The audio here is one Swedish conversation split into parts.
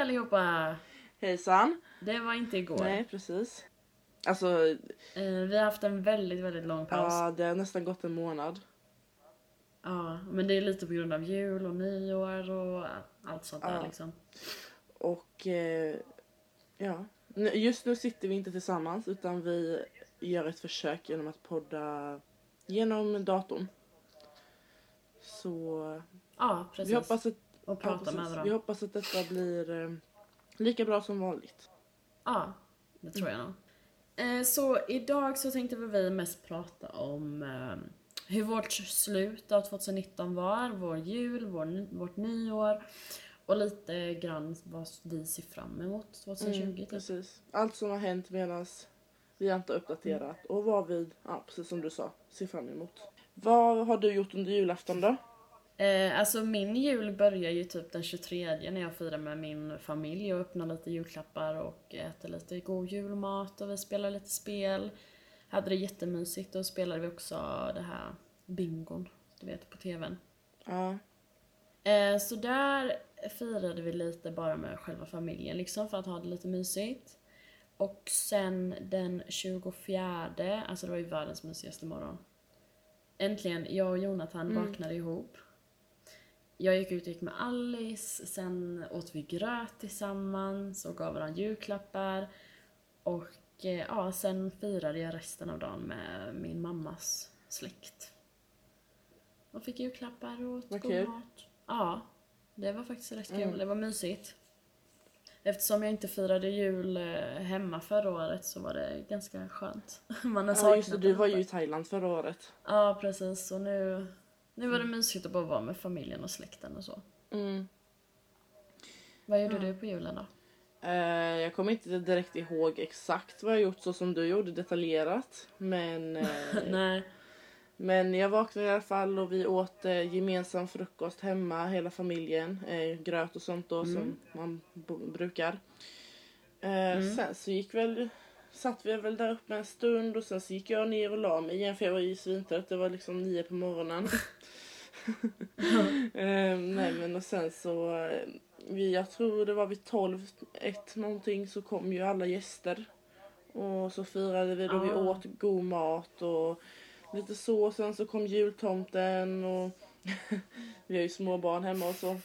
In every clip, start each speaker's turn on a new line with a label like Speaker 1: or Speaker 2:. Speaker 1: allihopa!
Speaker 2: Hejsan.
Speaker 1: Det var inte igår.
Speaker 2: Nej, precis. Alltså,
Speaker 1: Eh, vi har haft en väldigt, väldigt lång paus. Ja.
Speaker 2: ja, det har nästan gått en månad.
Speaker 1: men det är lite på grund av jul och nyår och allt sånt där
Speaker 2: Ja.
Speaker 1: liksom.
Speaker 2: Och eh, ja, Nu- just nu sitter vi inte tillsammans utan vi gör ett försök genom att podda genom datorn. Så
Speaker 1: Ja, precis.
Speaker 2: vi hoppas, att,
Speaker 1: och
Speaker 2: ja,
Speaker 1: prata med
Speaker 2: precis.
Speaker 1: varandra.
Speaker 2: vi hoppas att detta blir eh, lika bra som vanligt.
Speaker 1: Ja, det tror jag nog. Eh, Så idag så tänkte väl vi mest prata om eh, hur vårt slut av 2019 var, vår jul, vår, ny- vårt nyår och lite grann vad vi ser fram emot 2020.
Speaker 2: Mm,
Speaker 1: typ.
Speaker 2: precis. Allt som har hänt medan vi inte har uppdaterat och vad vi, ja, precis som du sa, ser fram emot. Vad har du gjort under julafton då?
Speaker 1: Eh, alltså min jul börjar ju typ den 23 när jag firar med min familj och öppnar lite julklappar och äter lite god julmat och vi spelar lite spel. Hade det jättemysigt och spelade vi också det här bingon, du vet på tvn.
Speaker 2: Ja,
Speaker 1: Eh, så där firade vi lite bara med själva familjen liksom för att ha det lite mysigt. Och sen den 24, alltså det var ju världens mysigaste morgon. Äntligen, jag och Jonathan
Speaker 2: Mm.
Speaker 1: vaknade ihop. Jag gick ut och gick med Alice, sen åt vi gröt tillsammans och gav varandra julklappar. Och eh, ja, sen firade jag resten av dagen med min mammas släkt. Och fick julklappar och åt
Speaker 2: Vad
Speaker 1: god
Speaker 2: kul.
Speaker 1: mat. Ja, det var faktiskt rätt kul.
Speaker 2: Mm.
Speaker 1: Det var mysigt. Eftersom jag inte firade jul eh, hemma förra året så var det ganska skönt. Man har
Speaker 2: ja just det,
Speaker 1: saknat
Speaker 2: du var ju
Speaker 1: lite.
Speaker 2: i Thailand förra året.
Speaker 1: Ja, precis. Och nu, nu var det mysigt att bara vara med familjen och släkten och så.
Speaker 2: Mm.
Speaker 1: Vad gjorde du på julen då?
Speaker 2: Eh, jag kommer inte direkt ihåg exakt vad jag gjort så som du gjorde detaljerat. Men, eh,
Speaker 1: Nej.
Speaker 2: men jag vaknade i alla fall och vi åt eh, gemensam frukost hemma, hela familjen. Eh, gröt och sånt då som man bo- brukar. Eh, Sen så gick väl, satt vi väl där uppe en stund och sen så gick jag ner och la mig igen för jag var ju svintrött. Det var liksom nio på morgonen. eh, nej men och sen så, eh, vi, jag tror det var vid tolv, ett någonting så kom ju alla gäster. Och så firade vi då, vi
Speaker 1: Ah.
Speaker 2: åt god mat och lite så. Sen så kom jultomten och vi har ju små barn hemma och så.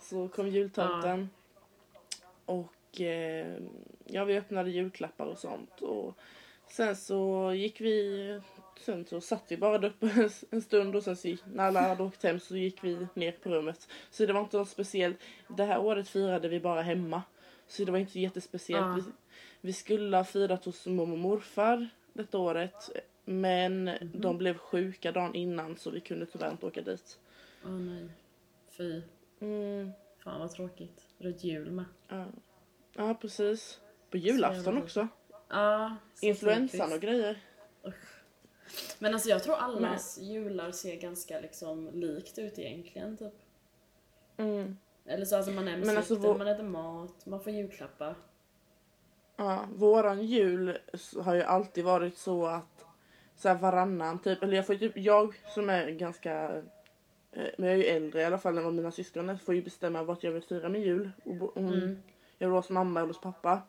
Speaker 2: Så kom jultomten. Och eh, ja, vi öppnade julklappar och sånt. Och sen så gick vi, sen så satt vi bara där uppe en, en stund och sen så gick, när alla hade åkt hem så gick vi ner på rummet. Så det var inte något speciellt. Det här året firade vi bara hemma. Så det var inte jättespeciellt.
Speaker 1: Ja.
Speaker 2: Vi, vi skulle ha firat hos mormor och morfar detta året. Men de blev sjuka dagen innan så vi kunde tyvärr inte åka dit.
Speaker 1: Åh nej. Fy.
Speaker 2: Mm,
Speaker 1: Fan vad tråkigt. Runt jul med.
Speaker 2: ja. ja, precis. På julafton
Speaker 1: jävla
Speaker 2: också.
Speaker 1: Ja. så
Speaker 2: Influensan Mm.
Speaker 1: typiskt.
Speaker 2: och grejer.
Speaker 1: Men alltså jag tror allas jular ser ganska liksom likt ut egentligen typ. Eller så alltså man är med
Speaker 2: Mm. Men
Speaker 1: släkten,
Speaker 2: alltså vår-
Speaker 1: man äter mat, man får julklappar.
Speaker 2: Ja, våran jul s- har ju alltid varit så att så här varannan typ, eller jag får ju typ, jag som är ganska, eh, men jag är ju äldre i alla fall än vad mina syskon är, får ju bestämma vart jag vill fira min jul. Och, bo- om
Speaker 1: Mm.
Speaker 2: Jag vill vara hos mamma eller hos pappa.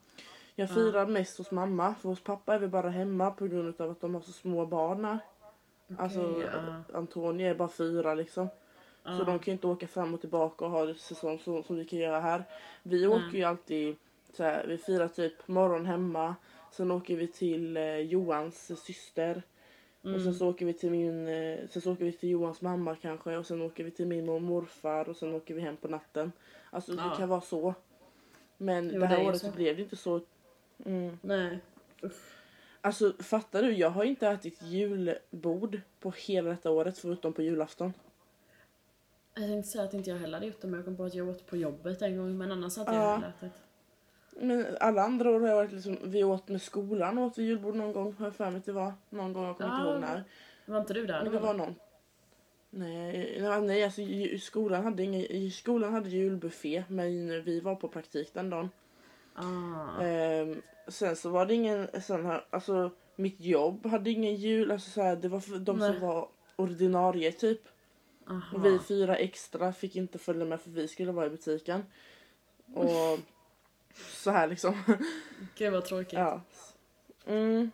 Speaker 2: Jag firar mest hos mamma, för hos pappa är vi bara hemma på grund av att de har så små barn här. Alltså
Speaker 1: ja.
Speaker 2: Antonia är bara fyra liksom. Så de kan ju inte åka fram och tillbaka och ha det säsong som, som vi kan göra här. Vi åker ju alltid, så här, vi firar typ morgon hemma. Sen åker vi till eh, Johans syster. Och
Speaker 1: Mm.
Speaker 2: sen så åker vi till min, eh, sen så åker vi till Johans mamma kanske. Och sen åker vi till min och morfar och sen åker vi hem på natten. Alltså
Speaker 1: Ja.
Speaker 2: det kan vara så. Men
Speaker 1: Jo,
Speaker 2: det
Speaker 1: det
Speaker 2: här
Speaker 1: är ju
Speaker 2: året
Speaker 1: så.
Speaker 2: så blev det inte så. Mm.
Speaker 1: Nej.
Speaker 2: Alltså fattar du? Jag har inte ätit julbord på hela detta året förutom på julafton.
Speaker 1: Jag tänkte säga att inte jag heller hade gjort det men jag kom på att jag åt på jobbet en gång men annars hade jag
Speaker 2: Ja.
Speaker 1: heller ätit.
Speaker 2: Men alla andra år har jag varit liksom, vi åt med skolan åt vi julbord någon gång har jag för mig att det var. Någon gång, jag kommer inte
Speaker 1: Ah,
Speaker 2: ihåg när.
Speaker 1: Var inte du där
Speaker 2: Men det var någon. Nej, nej, nej alltså ju- skolan hade, ingen, i skolan hade julbuffé men vi var på praktik den dagen.
Speaker 1: Ah.
Speaker 2: Ehm, sen så var det ingen, sen här, alltså mitt jobb hade ingen jul, alltså så här, det var för de
Speaker 1: Nej. Ah.
Speaker 2: som var ordinarie typ.
Speaker 1: Aha.
Speaker 2: Och vi fyra extra fick inte följa med för vi skulle vara i butiken. Och så här liksom.
Speaker 1: Gud vad tråkigt.
Speaker 2: Ja. Mm.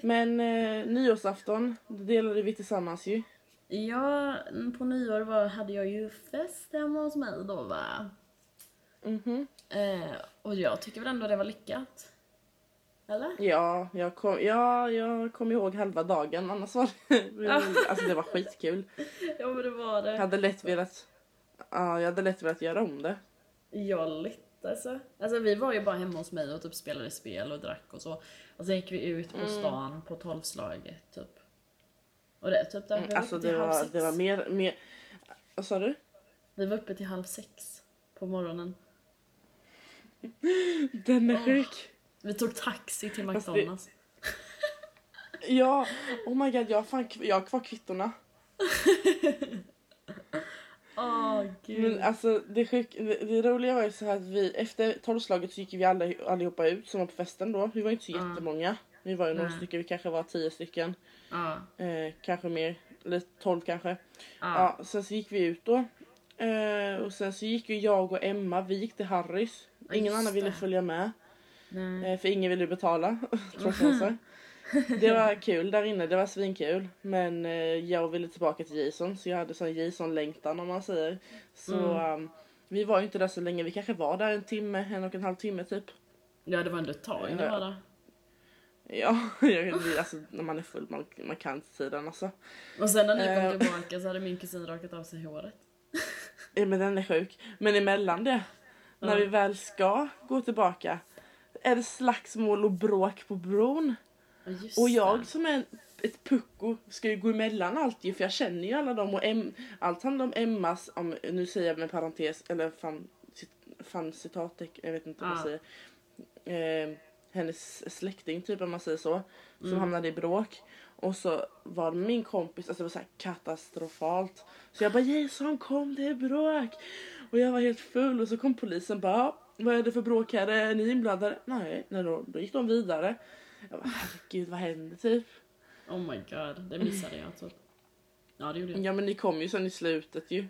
Speaker 2: Men eh, nyårsafton, det delade vi tillsammans ju.
Speaker 1: Ja, på nyår var, hade jag ju fest hemma hos mig då va.
Speaker 2: Mhm.
Speaker 1: Eh, och jag tycker väl ändå det var lyckat. Eller?
Speaker 2: Ja, jag kom, ja, jag kom ihåg halva dagen annars var det... Alltså det var skitkul.
Speaker 1: Ja men det var
Speaker 2: Jag
Speaker 1: det.
Speaker 2: hade lätt velat... Ja, jag hade lätt velat göra om det.
Speaker 1: Ja lite alltså. Alltså vi var ju bara hemma hos mig och typ spelade spel och drack och så. Och sen gick vi ut
Speaker 2: Mm.
Speaker 1: på stan på tolvslaget typ. Och det typ där. Vi var
Speaker 2: Alltså
Speaker 1: uppe till
Speaker 2: det
Speaker 1: halv
Speaker 2: var,
Speaker 1: sex.
Speaker 2: det var mer... mer vad sa du?
Speaker 1: Vi var uppe till halv sex på morgonen.
Speaker 2: Den är sjuk.
Speaker 1: Vi tog taxi till
Speaker 2: Fast det-
Speaker 1: McDonalds.
Speaker 2: Ja, oh my god, jag har, fan, jag har kvar kvittorna.
Speaker 1: Åh gud.
Speaker 2: Men alltså det, sjuk, det, det roliga var ju så här att vi efter tolvslaget så gick vi alla, allihopa ut som var på festen då. Vi var inte så
Speaker 1: Mm.
Speaker 2: jättemånga. Vi var ju några
Speaker 1: Nej.
Speaker 2: stycken, vi kanske var tio stycken.
Speaker 1: Ja.
Speaker 2: Eh, kanske mer, eller tolv kanske.
Speaker 1: Ja.
Speaker 2: Ja, sen så gick vi ut då. Eh, och sen så gick ju jag och Emma, vi gick till Harrys.
Speaker 1: Ja,
Speaker 2: Ingen
Speaker 1: just
Speaker 2: annan ville
Speaker 1: det.
Speaker 2: följa med.
Speaker 1: Nej.
Speaker 2: Eh, för ingen ville betala. Tråkmånsar. Det var kul där inne, det var svinkul. Men eh, jag ville tillbaka till Jason så jag hade sån Jason-längtan om man säger. Så ehm, vi var ju inte där så länge, vi kanske var där en timme, en och en halv timme typ.
Speaker 1: Ja det var ändå ett tag det var det.
Speaker 2: Ja, jag, vi- alltså, när man är full man, man kan inte tiden alltså.
Speaker 1: Och sen när ni
Speaker 2: Eh.
Speaker 1: kom tillbaka så hade min kusin rakat av sig håret.
Speaker 2: Ja, Eh, men den är sjuk. Men emellan det, när
Speaker 1: Ja.
Speaker 2: vi väl ska gå tillbaka, är det slagsmål och bråk på bron.
Speaker 1: Ja, just
Speaker 2: Och jag
Speaker 1: det.
Speaker 2: som är ett pucko ska ju gå emellan allt ju för jag känner ju alla dem och em- allt handlar om Emmas, om, nu säger jag med parentes eller fan, cit, fan citatteck, jag vet inte vad man
Speaker 1: Ja.
Speaker 2: säger. Eh, hennes släkting typ om man säger så, som
Speaker 1: Mm.
Speaker 2: hamnade i bråk. Och så var det min kompis, alltså det var så här katastrofalt. Så jag bara Jason kom det är bråk. Och jag var helt full och så kom polisen bara "Ja, vad är det för bråk här, är ni inblandade? Nej, nej då, då gick de vidare. Jag bara, herregud vad hände typ?
Speaker 1: Oh my god, det missade jag typ. Ja det gjorde jag.
Speaker 2: Ja men ni kom ju sen i slutet ju.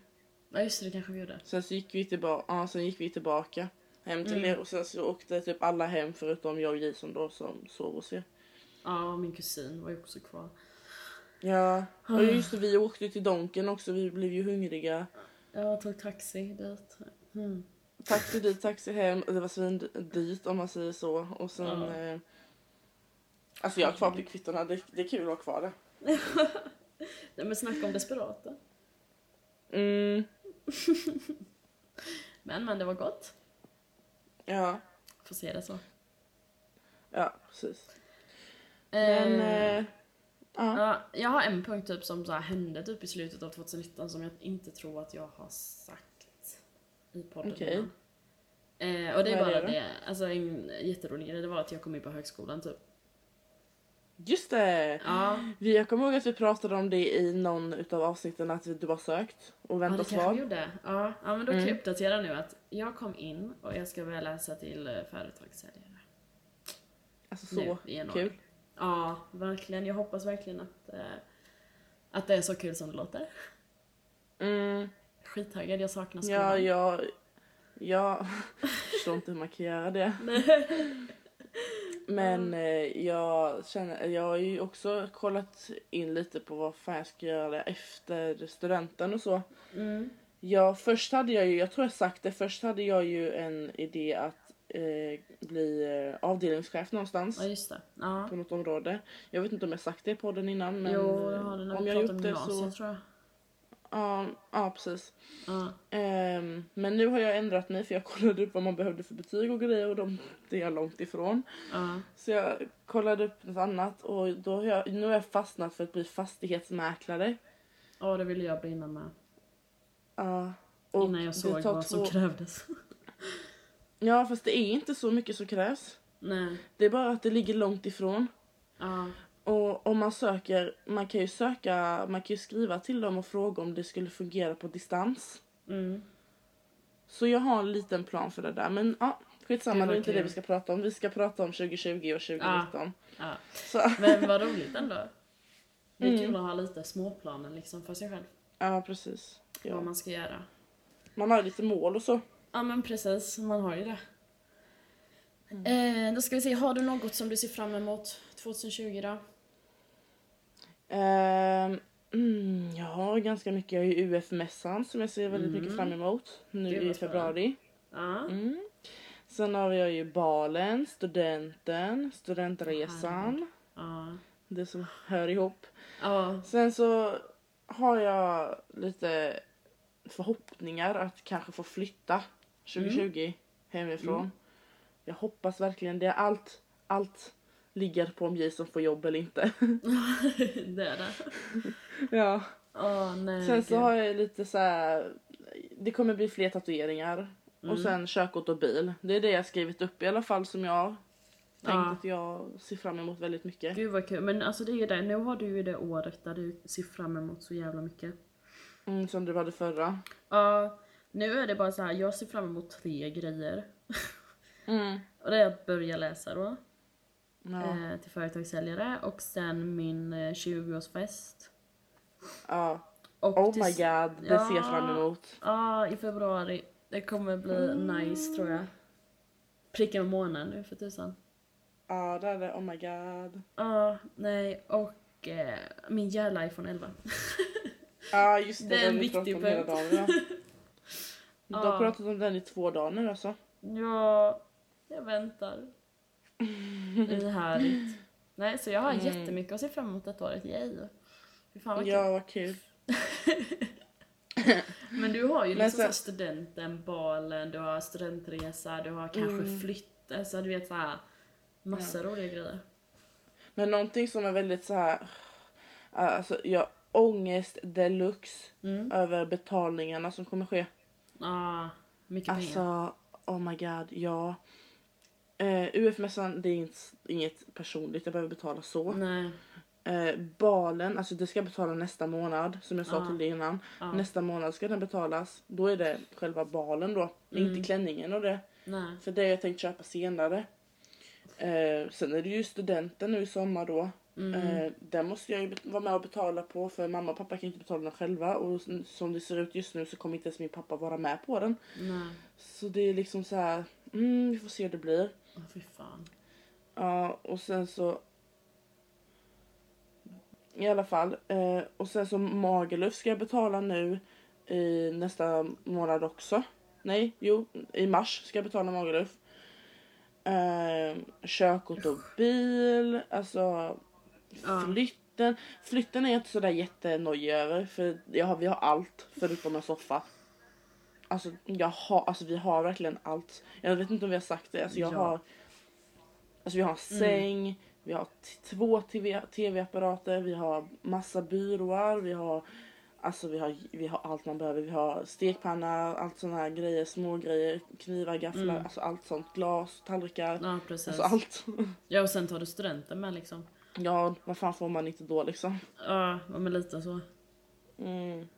Speaker 1: Ja just det, det kanske vi gjorde.
Speaker 2: Sen så gick vi tillbaka, ja, sen gick vi tillbaka hem till
Speaker 1: Mm.
Speaker 2: er och sen så åkte typ alla hem förutom jag och Jason då som sov hos er.
Speaker 1: Ja och min kusin var ju också kvar.
Speaker 2: Ja, och just det, vi åkte ju till Donken också, vi blev ju hungriga.
Speaker 1: Jag tog taxi dit. Mm.
Speaker 2: Taxi dit, taxi hem, och det var svindyrt om man säger så. Och sen...
Speaker 1: Ja.
Speaker 2: Eh, alltså jag har kvar på kvittorna, det, det är kul att ha kvar det.
Speaker 1: Nej men snacka om desperata.
Speaker 2: Mm,
Speaker 1: Men men det var gott.
Speaker 2: ja,
Speaker 1: Får se det så.
Speaker 2: ja precis. Men...
Speaker 1: Eh,
Speaker 2: Eh, ja.
Speaker 1: Ja, jag har en punkt typ som så här hände typ i slutet av 2019 som jag inte tror att jag har sagt i podden
Speaker 2: Okej.
Speaker 1: innan. eh, Och det är
Speaker 2: Vad är
Speaker 1: bara
Speaker 2: det
Speaker 1: det,
Speaker 2: då?
Speaker 1: alltså en jätterolig grej, det var att jag kom in på högskolan typ.
Speaker 2: Mm. Just det!
Speaker 1: Ja,
Speaker 2: Vi, jag kommer ihåg att vi pratade om det i någon utav avsnitten att vi- du bara sökt och
Speaker 1: ja det
Speaker 2: väntat
Speaker 1: kanske vi
Speaker 2: svar.
Speaker 1: gjorde. Ja, ja men då kan
Speaker 2: Mm.
Speaker 1: jag uppdatera nu att jag kom in och jag ska börja läsa till eh, företagssäljare.
Speaker 2: Alltså
Speaker 1: nu
Speaker 2: så
Speaker 1: i januari.
Speaker 2: kul.
Speaker 1: Ja, verkligen. Jag hoppas verkligen att, eh, att det är så kul som det låter.
Speaker 2: Mm,
Speaker 1: Skittaggad, jag saknar skolan.
Speaker 2: ja, jag... Jag förstår inte hur man kan göra det. Men eh, jag känner, jag har ju också kollat in lite på vad fan jag ska göra efter studenten och så.
Speaker 1: Mm.
Speaker 2: Ja, först hade jag ju, jag tror jag sagt det, först hade jag ju en idé att eh, bli eh, avdelningschef någonstans.
Speaker 1: Ja, just det. Ja.
Speaker 2: på något område. Jag vet inte om jag sagt det i podden innan men eh,
Speaker 1: jo, jag har det när
Speaker 2: om
Speaker 1: vi pratade
Speaker 2: jag gjort
Speaker 1: om
Speaker 2: det
Speaker 1: gymnasiet
Speaker 2: så...
Speaker 1: tror jag.
Speaker 2: Ja, ja precis.
Speaker 1: Ja.
Speaker 2: Ehm, men nu har jag ändrat mig för jag kollade upp vad man behövde för betyg och grejer och de, det är jag långt ifrån.
Speaker 1: Ja.
Speaker 2: Så jag kollade upp något annat och då har jag, nu har jag fastnat för att bli fastighetsmäklare.
Speaker 1: ja, det ville jag bli innan med.
Speaker 2: Ja, och
Speaker 1: Innan jag
Speaker 2: det
Speaker 1: såg
Speaker 2: tar
Speaker 1: vad som
Speaker 2: två-
Speaker 1: krävdes.
Speaker 2: Ja fast det är inte så mycket som krävs.
Speaker 1: Nej.
Speaker 2: Det är bara att det ligger långt ifrån.
Speaker 1: Ja.
Speaker 2: Och om man söker, man kan ju söka, man kan ju skriva till dem och fråga om det skulle fungera på distans.
Speaker 1: Mm.
Speaker 2: Så jag har en liten plan för det där. Men ja, skitsamma,
Speaker 1: Gud,
Speaker 2: det är
Speaker 1: vad
Speaker 2: inte det
Speaker 1: kul.
Speaker 2: vi ska prata om. Vi ska prata om 2020 och 2019.
Speaker 1: ja.
Speaker 2: Så,
Speaker 1: Men vad roligt ändå. Det är
Speaker 2: Mm.
Speaker 1: kul att ha lite småplanen liksom för sig själv.
Speaker 2: ja, precis.
Speaker 1: Vad
Speaker 2: Ja.
Speaker 1: man ska göra.
Speaker 2: Man har ju lite mål och så.
Speaker 1: Ja men precis, man har ju det.
Speaker 2: Mm.
Speaker 1: Eh, då ska vi se, har du något som du ser fram emot 2020 då?
Speaker 2: Ehm, mm, jag har ganska mycket. Jag har ju UF-mässan som jag ser väldigt mycket fram emot
Speaker 1: Gud,
Speaker 2: nu i
Speaker 1: vad spännande.
Speaker 2: februari.
Speaker 1: Ja.
Speaker 2: Mm. Sen har jag ju balen, studenten, studentresan.
Speaker 1: Ja.
Speaker 2: Det som hör ihop.
Speaker 1: Ja.
Speaker 2: Sen så har jag lite förhoppningar att kanske få flytta 2020 hemifrån. Jag hoppas verkligen det. Allt, allt ligger på om Jason får jobb eller inte.
Speaker 1: det är det.
Speaker 2: ja.
Speaker 1: Åh nej.
Speaker 2: Sen så
Speaker 1: gud.
Speaker 2: har jag lite så här. Det kommer bli fler tatueringar. Och sen körkort och bil. Det är det jag skrivit upp i alla fall som jag tänkt
Speaker 1: Ja.
Speaker 2: att jag ser fram emot väldigt mycket.
Speaker 1: Gud vad kul, men alltså det är ju det, nu har du ju det året där du ser fram emot så jävla mycket.
Speaker 2: Mm, som du hade förra.
Speaker 1: Ja, nu är det bara så här. jag ser fram emot tre grejer.
Speaker 2: Mm.
Speaker 1: Och det är att börja läsa då,
Speaker 2: Ja.
Speaker 1: eh, till företagssäljare och sen min eh, 20-årsfest.
Speaker 2: ja.
Speaker 1: Och
Speaker 2: Oh
Speaker 1: till-
Speaker 2: my god, det ser jag fram emot.
Speaker 1: Ja, i februari. Det kommer bli
Speaker 2: Mm.
Speaker 1: nice tror jag. Pricka med månaden nu för tusan.
Speaker 2: Ja, det är det. Oh my god.
Speaker 1: Ja, nej och eh, min jävla iPhone 11.
Speaker 2: Ja, just det.
Speaker 1: Det är en
Speaker 2: den vi
Speaker 1: viktig
Speaker 2: pratat om hela
Speaker 1: punkt.
Speaker 2: dagen idag. Du
Speaker 1: Ja.
Speaker 2: har pratat om den i två dagar nu alltså.
Speaker 1: ja, jag väntar. Ihärdigt. Nej, så jag har jättemycket att se fram emot detta året, yay. Fy fan vad kul.
Speaker 2: Ja, vad kul.
Speaker 1: Men du har ju
Speaker 2: Men
Speaker 1: liksom
Speaker 2: sen-
Speaker 1: så här studenten, balen, du har studentresa, du har kanske
Speaker 2: Mm.
Speaker 1: flytt, alltså du vet såhär massa roliga grejer.
Speaker 2: Men någonting som är väldigt så här... Alltså, jag ångest deluxe över betalningarna som kommer ske.
Speaker 1: Mm. Ja, mycket pengar.
Speaker 2: Alltså, oh my god, ja. Eh, UF-mässan, det är inte, inget personligt, jag behöver betala så.
Speaker 1: Nej.
Speaker 2: Eh, balen, alltså det ska jag betala nästa månad som jag sa
Speaker 1: Ja.
Speaker 2: till dig innan. Nästa månad ska den betalas. Då är det själva balen då,
Speaker 1: Mm.
Speaker 2: inte klänningen och det.
Speaker 1: Nej.
Speaker 2: För det har jag tänkt köpa senare. Eh, sen är det ju studenten nu i sommar då.
Speaker 1: Mm.
Speaker 2: Eh, den måste jag ju bet- vara med och betala på för mamma och pappa kan ju inte betala den själva och s- som det ser ut just nu så kommer inte ens min pappa vara med på den.
Speaker 1: Nej.
Speaker 2: Så det är liksom så här, mm, vi får se hur det blir.
Speaker 1: Åh fy fan.
Speaker 2: Ja, och sen så... I alla fall. Eh, och sen så Magaluf ska jag betala nu i nästa månad också. Nej, jo, i mars ska jag betala Magaluf. Eh, körkort och bil, alltså
Speaker 1: Ja.
Speaker 2: flytten. Flytten är jag inte sådär jättenojig över för jag har, vi har allt förutom en soffa. Alltså, jag har, alltså vi har verkligen allt. Jag vet inte om vi har sagt det. Alltså, jag
Speaker 1: Ja.
Speaker 2: har, alltså, vi har en
Speaker 1: Mm.
Speaker 2: säng, vi har t- två TV tv-apparater, vi har massa byråer, vi har, alltså, vi, har, vi har allt man behöver. Vi har stekpanna, allt såna här grejer, små grejer, knivar, gafflar, alltså, allt sånt. Glas, tallrikar,
Speaker 1: Mm. Ja precis.
Speaker 2: alltså allt.
Speaker 1: Ja och sen tar du studenten med liksom.
Speaker 2: ja, vad fan får man inte då liksom?
Speaker 1: Ja, ja, men lite så.
Speaker 2: Mm.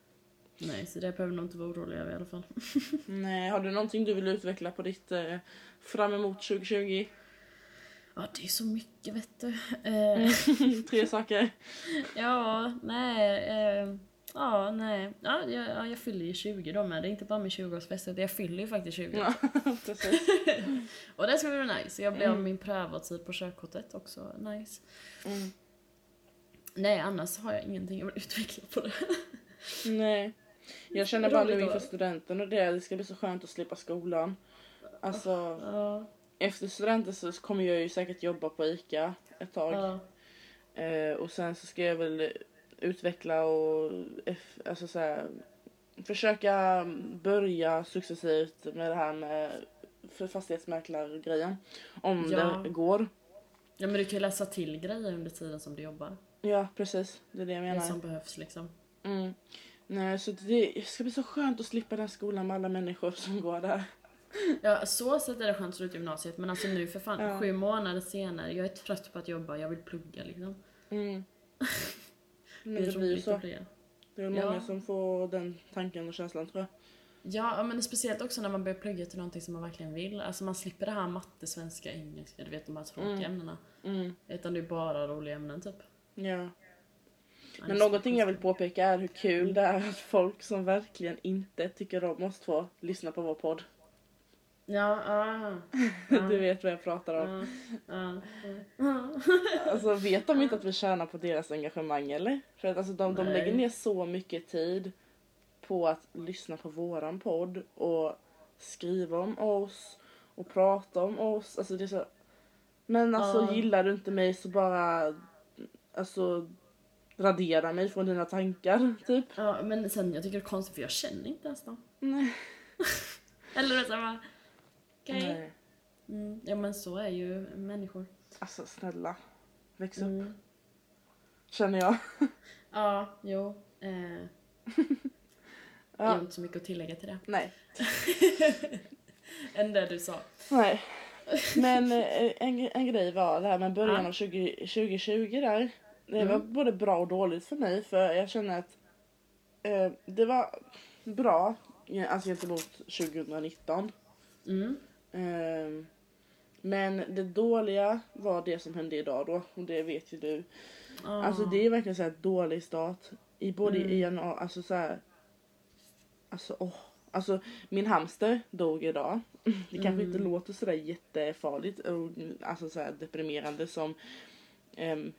Speaker 1: Nej, så det behöver du nog inte vara orolig över i alla fall.
Speaker 2: Nej, har du någonting du vill utveckla på ditt eh, fram emot 2020?
Speaker 1: Ja, det är så mycket vet du. Eh,
Speaker 2: Tre saker.
Speaker 1: ja, nej. Eh, ja, nej. Ja, jag, ja, jag fyller ju 20 då med. Det är inte bara min 20-årsfest, utan jag fyller ju faktiskt 20.
Speaker 2: Ja, precis.
Speaker 1: Och det ska bli nice. Jag blir av min prövotid på körkortet också. Nice.
Speaker 2: Mm.
Speaker 1: Nej, annars har jag ingenting jag vill utveckla på det.
Speaker 2: Nej. Jag känner bara nu
Speaker 1: Roligt
Speaker 2: inför
Speaker 1: då.
Speaker 2: studenten och det, det ska bli så skönt att slippa skolan. Alltså,
Speaker 1: Ja,
Speaker 2: efter studenten så kommer jag ju säkert jobba på ICA ett tag.
Speaker 1: ja,
Speaker 2: Eh, och sen så ska jag väl utveckla och eff- alltså så här, försöka börja successivt med det här med för fastighetsmäklargrejen. Om
Speaker 1: Ja.
Speaker 2: det går.
Speaker 1: ja, men du kan ju läsa till grejer under tiden som du jobbar.
Speaker 2: Ja, precis. Det är det jag
Speaker 1: Det
Speaker 2: menar.
Speaker 1: som behövs liksom.
Speaker 2: Mm. Nej, så det ska bli så skönt att slippa den skolan med alla människor som går där.
Speaker 1: Ja, så sätt är det skönt att sluta gymnasiet men alltså nu för fan,
Speaker 2: Ja.
Speaker 1: sju månader senare, jag är trött på att jobba, jag vill plugga liksom.
Speaker 2: Mm. Men
Speaker 1: Hur
Speaker 2: det blir ju
Speaker 1: roligt det
Speaker 2: så.
Speaker 1: blir.
Speaker 2: Det är
Speaker 1: Ja.
Speaker 2: många som får den tanken och känslan tror jag.
Speaker 1: Ja, ja, men speciellt också när man börjar plugga till någonting som man verkligen vill. Alltså man slipper det här matte, svenska, engelska, du vet de här tråkiga ämnena.
Speaker 2: Mm.
Speaker 1: Utan det är bara roliga ämnen typ. Alltså,
Speaker 2: Ja.
Speaker 1: Ja, det
Speaker 2: Men
Speaker 1: är så Mm.
Speaker 2: någonting jag vill påpeka är hur kul det är att folk som verkligen inte tycker om oss två lyssnar på vår podd.
Speaker 1: konstigt. Ja, ah,
Speaker 2: Du vet vad jag pratar om.
Speaker 1: ah, ah, ah.
Speaker 2: Alltså vet de inte att vi tjänar på deras engagemang eller? För att alltså de, de
Speaker 1: Nej.
Speaker 2: lägger ner så mycket tid på att lyssna på våran podd och skriva om oss och prata om oss. Alltså det är så... Men alltså
Speaker 1: Ja.
Speaker 2: gillar du inte mig så bara alltså radera mig från dina tankar typ.
Speaker 1: Ja, men sen jag tycker det är konstigt för jag känner inte ens dem.
Speaker 2: Nej.
Speaker 1: Eller det bara... Okej.
Speaker 2: Nej.
Speaker 1: Mm, ja men så är ju människor.
Speaker 2: Alltså snälla. Väx upp
Speaker 1: Mm.
Speaker 2: känner jag.
Speaker 1: Ja, jo. Eh, Jag har
Speaker 2: Ja.
Speaker 1: inte så mycket att tillägga till det.
Speaker 2: Nej.
Speaker 1: Än det du sa.
Speaker 2: Nej. Men eh, en, en grej var det här med början
Speaker 1: Ja.
Speaker 2: av 20, 2020 där. Det var
Speaker 1: Mm.
Speaker 2: både bra och dåligt för mig för jag känner att eh, det var bra eh, alltså gentemot 2019.
Speaker 1: Mm.
Speaker 2: Ehm, men det dåliga var det som hände idag då och det vet ju du.
Speaker 1: Ja.
Speaker 2: Alltså det är verkligen så här dålig start. I både
Speaker 1: Mm.
Speaker 2: i januari, alltså så här. Alltså åh. Alltså min hamster dog idag. Det kanske inte
Speaker 1: Mm.
Speaker 2: låter sådär jättefarligt och alltså så här deprimerande som ehm,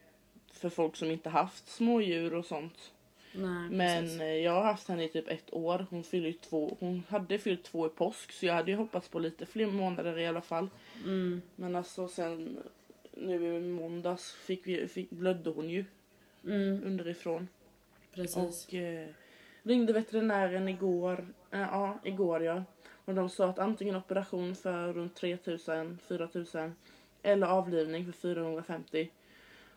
Speaker 2: för folk som inte haft smådjur och sånt.
Speaker 1: Nej,
Speaker 2: Men
Speaker 1: precis.
Speaker 2: eh, jag har haft henne i typ ett år. Hon fyller ju två. Hon hade fyllt två i påsk så jag hade ju hoppats på lite fler månader i alla fall.
Speaker 1: Mm.
Speaker 2: Men alltså sen nu i måndags fick vi, fick, blödde hon ju
Speaker 1: Mm,
Speaker 2: underifrån.
Speaker 1: precis.
Speaker 2: Och eh, ringde veterinären igår. Eh, ja, igår ja. Och de sa att antingen operation för runt 3000, 4000 eller avlivning för 450.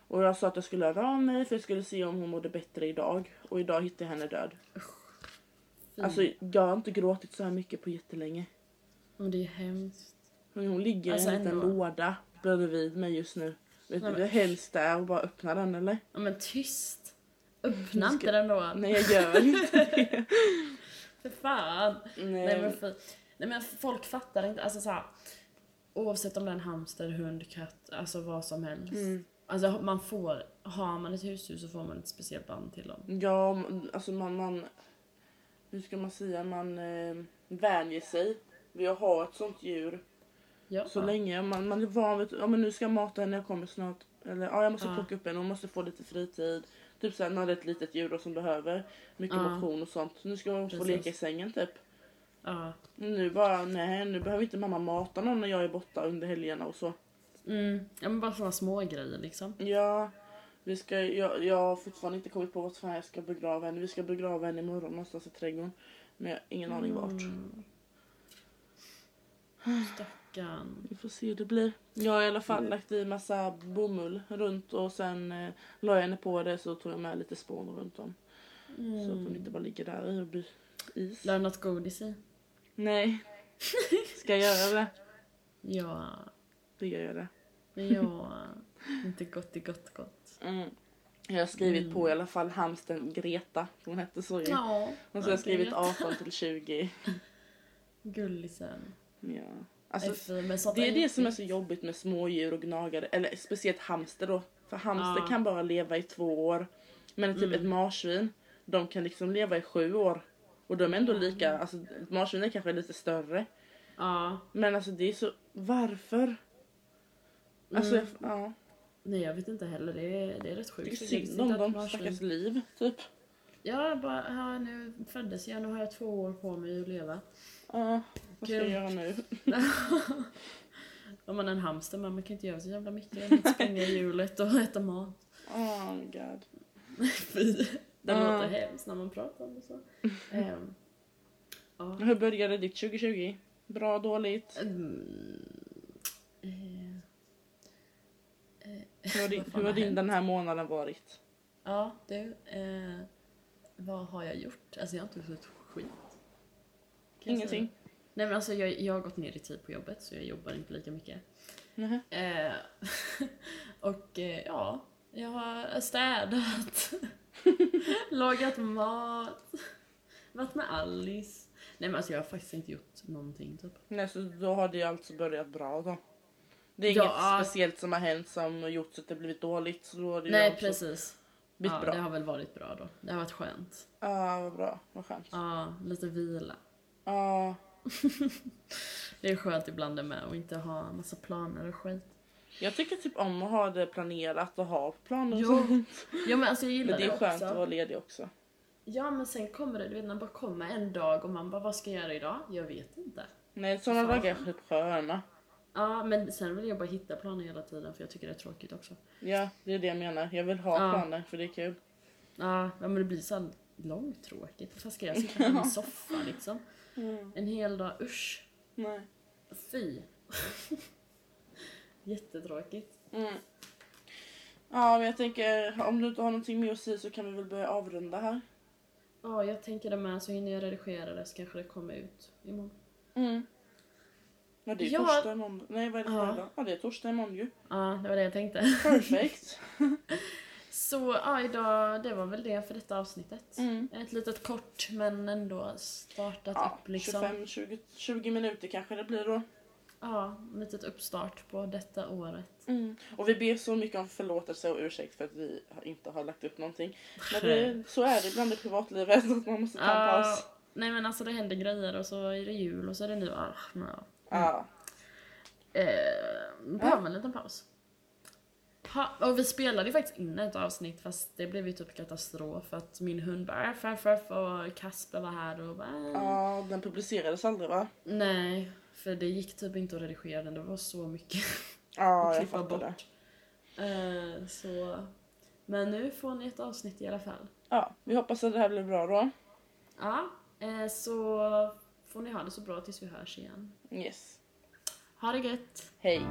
Speaker 2: Och jag sa att jag skulle höra av mig för jag skulle se om hon mådde bättre idag. Och idag hittade jag henne död.
Speaker 1: Fy.
Speaker 2: Alltså jag har inte gråtit så här mycket på jättelänge.
Speaker 1: Men det är ju hemskt.
Speaker 2: Hon hon ligger
Speaker 1: Alltså,
Speaker 2: i en liten
Speaker 1: ändå.
Speaker 2: låda bredvid mig just nu. Vet
Speaker 1: Nej,
Speaker 2: du
Speaker 1: men-
Speaker 2: hur hemskt det är att bara öppna den eller?
Speaker 1: Ja men tyst! Öppna
Speaker 2: Ska-
Speaker 1: inte den då.
Speaker 2: Nej jag gör inte det.
Speaker 1: För fan.
Speaker 2: Nej,
Speaker 1: Nej men, fy. Nej men folk fattar inte. Alltså så här, Oavsett om det är en hamster, hund, katt, alltså vad som helst.
Speaker 2: Mm.
Speaker 1: Alltså man får, har man ett husdjur så får man ett speciellt band till dem.
Speaker 2: Ja, m- alltså man, man... Hur ska man säga? Man eh, vänjer sig vid att ha ett sånt djur
Speaker 1: Ja.
Speaker 2: så länge. Man, man är van vid ja, men nu ska jag mata henne, jag kommer snart. Eller ja, jag måste
Speaker 1: Ja.
Speaker 2: plocka upp henne, hon måste få lite fritid. Typ såhär när det är ett litet djur då, som behöver mycket
Speaker 1: Ja.
Speaker 2: motion och sånt. Så nu ska hon få
Speaker 1: Precis.
Speaker 2: leka i sängen typ.
Speaker 1: Ja.
Speaker 2: Nu bara, nej nu behöver inte mamma mata någon när jag är borta under helgerna och så.
Speaker 1: Mm. ja men bara såna små grejer liksom.
Speaker 2: Ja, vi ska, jag, jag har fortfarande inte kommit på vart fan jag ska begrava henne. Vi ska begrava henne imorgon någonstans i trädgården. Men jag har ingen aning vart.
Speaker 1: Stackarn.
Speaker 2: Vi får se hur det blir. Mm. Jag har i alla fall lagt i massa bomull runt och sen eh, la jag henne på det så tog jag med lite spån runt om. Så att hon inte bara ligger där i och blir is.
Speaker 1: Lär något godis i?
Speaker 2: Nej. Ska jag göra det?
Speaker 1: Ja.
Speaker 2: Då gör jag det.
Speaker 1: Ja. inte gott i gott gott.
Speaker 2: Mm. Jag har skrivit på i alla fall hamsten Greta. Hon hette så ju.
Speaker 1: Ja.
Speaker 2: Och så har jag skrivit
Speaker 1: vet.
Speaker 2: 18 till 20.
Speaker 1: Gullisen.
Speaker 2: Ja. Alltså,
Speaker 1: Är fin, men sånt
Speaker 2: Det är det
Speaker 1: ju
Speaker 2: som är
Speaker 1: fint.
Speaker 2: så jobbigt med smådjur och gnagare, eller speciellt hamster då. För hamster
Speaker 1: Ja. Mm.
Speaker 2: kan bara leva i två år. Men typ ett marsvin, de kan liksom leva i sju år. Och de är ändå lika, alltså ett marsvin är kanske lite större.
Speaker 1: Ja.
Speaker 2: Men alltså det är så, varför? Alltså jag, ja.
Speaker 1: Nej jag vet inte heller, det är, Mm. det är rätt
Speaker 2: Jag
Speaker 1: sjukt.
Speaker 2: tycker
Speaker 1: Jag visste
Speaker 2: synd om
Speaker 1: inte att
Speaker 2: dem,
Speaker 1: marsvin-
Speaker 2: stackars liv typ.
Speaker 1: Ja, jag bara, ja, nu föddes jag, nu har jag två år på mig att leva.
Speaker 2: Ja, vad ska jag
Speaker 1: Kul.
Speaker 2: göra nu?
Speaker 1: Om man är en hamster, men man kan inte göra så jävla mycket. Man kan springa i hjulet och äta mat.
Speaker 2: Oh my god.
Speaker 1: Fy. Det
Speaker 2: Ja.
Speaker 1: låter hemskt när man pratar om det så. Ehm, ja.
Speaker 2: Hur började ditt 2020? Bra, dåligt?
Speaker 1: Mm. Eh,
Speaker 2: Hur har din,
Speaker 1: Vad fan
Speaker 2: hur har
Speaker 1: har
Speaker 2: din
Speaker 1: hänt?
Speaker 2: den här månaden varit?
Speaker 1: Ja, du. Eh, vad har jag gjort? Alltså jag har inte gjort ett skit. Kan jag säga.
Speaker 2: Ingenting?
Speaker 1: Nej men alltså jag, jag har gått ner i tid på jobbet så jag jobbar inte lika mycket.
Speaker 2: Nähä.
Speaker 1: Eh, och eh, ja, jag har städat, lagat mat, varit med Alice. Nej men alltså jag har faktiskt inte gjort någonting typ.
Speaker 2: Nej, så då har det ju alltså börjat bra då. Det är
Speaker 1: Ja.
Speaker 2: inget speciellt som har hänt som har gjort så att det blivit dåligt. Så då har det ju
Speaker 1: Nej
Speaker 2: alltså
Speaker 1: precis.
Speaker 2: blivit
Speaker 1: Ja,
Speaker 2: bra.
Speaker 1: det har väl varit
Speaker 2: Ah,
Speaker 1: bra då. Det har varit skönt.
Speaker 2: Ja, vad bra. Vad skönt. Ja,
Speaker 1: Ja, lite vila.
Speaker 2: ah,
Speaker 1: det är skönt ibland det med och inte ha massa planer och skit.
Speaker 2: Jag tycker typ om att ha det planerat och ha planer och
Speaker 1: Jo,
Speaker 2: sånt.
Speaker 1: Ja men alltså jag gillar
Speaker 2: Men det är
Speaker 1: det
Speaker 2: skönt
Speaker 1: också.
Speaker 2: att vara ledig också.
Speaker 1: Ja men sen kommer det, du vet när det bara kommer en dag och man bara vad ska jag göra idag? Jag vet inte.
Speaker 2: Nej, sådana
Speaker 1: Fan.
Speaker 2: dagar är typ sköna.
Speaker 1: Ja men sen vill jag bara hitta planer hela tiden för jag tycker det är tråkigt också.
Speaker 2: Ja, det är det jag menar. Jag vill ha
Speaker 1: Ja.
Speaker 2: planer för det är kul.
Speaker 1: Ja ja, men det blir så här långtråkigt. Vad fan ska jag sitta i min soffa liksom? En hel dag, usch.
Speaker 2: Nej.
Speaker 1: Fy. Jättetråkigt.
Speaker 2: Mm. Ja, men jag tänker om du inte har någonting mer att säga så kan vi väl börja avrunda här.
Speaker 1: Ja, jag tänker det med så hinner jag redigera det så kanske det kommer ut imorgon.
Speaker 2: Mm. Ja, det är
Speaker 1: Ja.
Speaker 2: torsdag imorgon. Nej, vad är det
Speaker 1: Ja.
Speaker 2: för dag? Ja, det är torsdag imorgon ju.
Speaker 1: Ja, det var det jag tänkte.
Speaker 2: Perfekt.
Speaker 1: Så ja, idag, det var väl det för detta avsnittet.
Speaker 2: Mm.
Speaker 1: Ett litet kort men ändå startat
Speaker 2: Ja,
Speaker 1: upp liksom.
Speaker 2: 25, 20, 20 minuter kanske det blir då.
Speaker 1: Ja, ett litet uppstart på detta året.
Speaker 2: Och vi ber så mycket om förlåtelse och ursäkt för att vi har- inte har lagt upp någonting. Men det, så är det ibland i privatlivet att man måste ta en paus.
Speaker 1: Ja, nej men alltså det händer grejer och så är det jul och så är det nu. Ah, men ja.
Speaker 2: Ja.
Speaker 1: Eh, behöver en liten paus. Ha, och vi spelade ju faktiskt in ett avsnitt fast det blev ju typ katastrof för att min hund bara "Aff, aff, aff", och Kasper var här och bara "Äh."
Speaker 2: ja, den publicerades aldrig va?
Speaker 1: Nej, för det gick typ inte att redigera den, det var så mycket
Speaker 2: Ja,
Speaker 1: att
Speaker 2: jag
Speaker 1: klippa
Speaker 2: fattar
Speaker 1: bort.
Speaker 2: det.
Speaker 1: Eh, så... Men nu får ni ett avsnitt i alla fall.
Speaker 2: Ja, vi hoppas att det här blir bra då.
Speaker 1: Ja, eh, så får ni ha det så bra tills vi hörs igen.
Speaker 2: Yes.
Speaker 1: Ha det gött!
Speaker 2: Hej.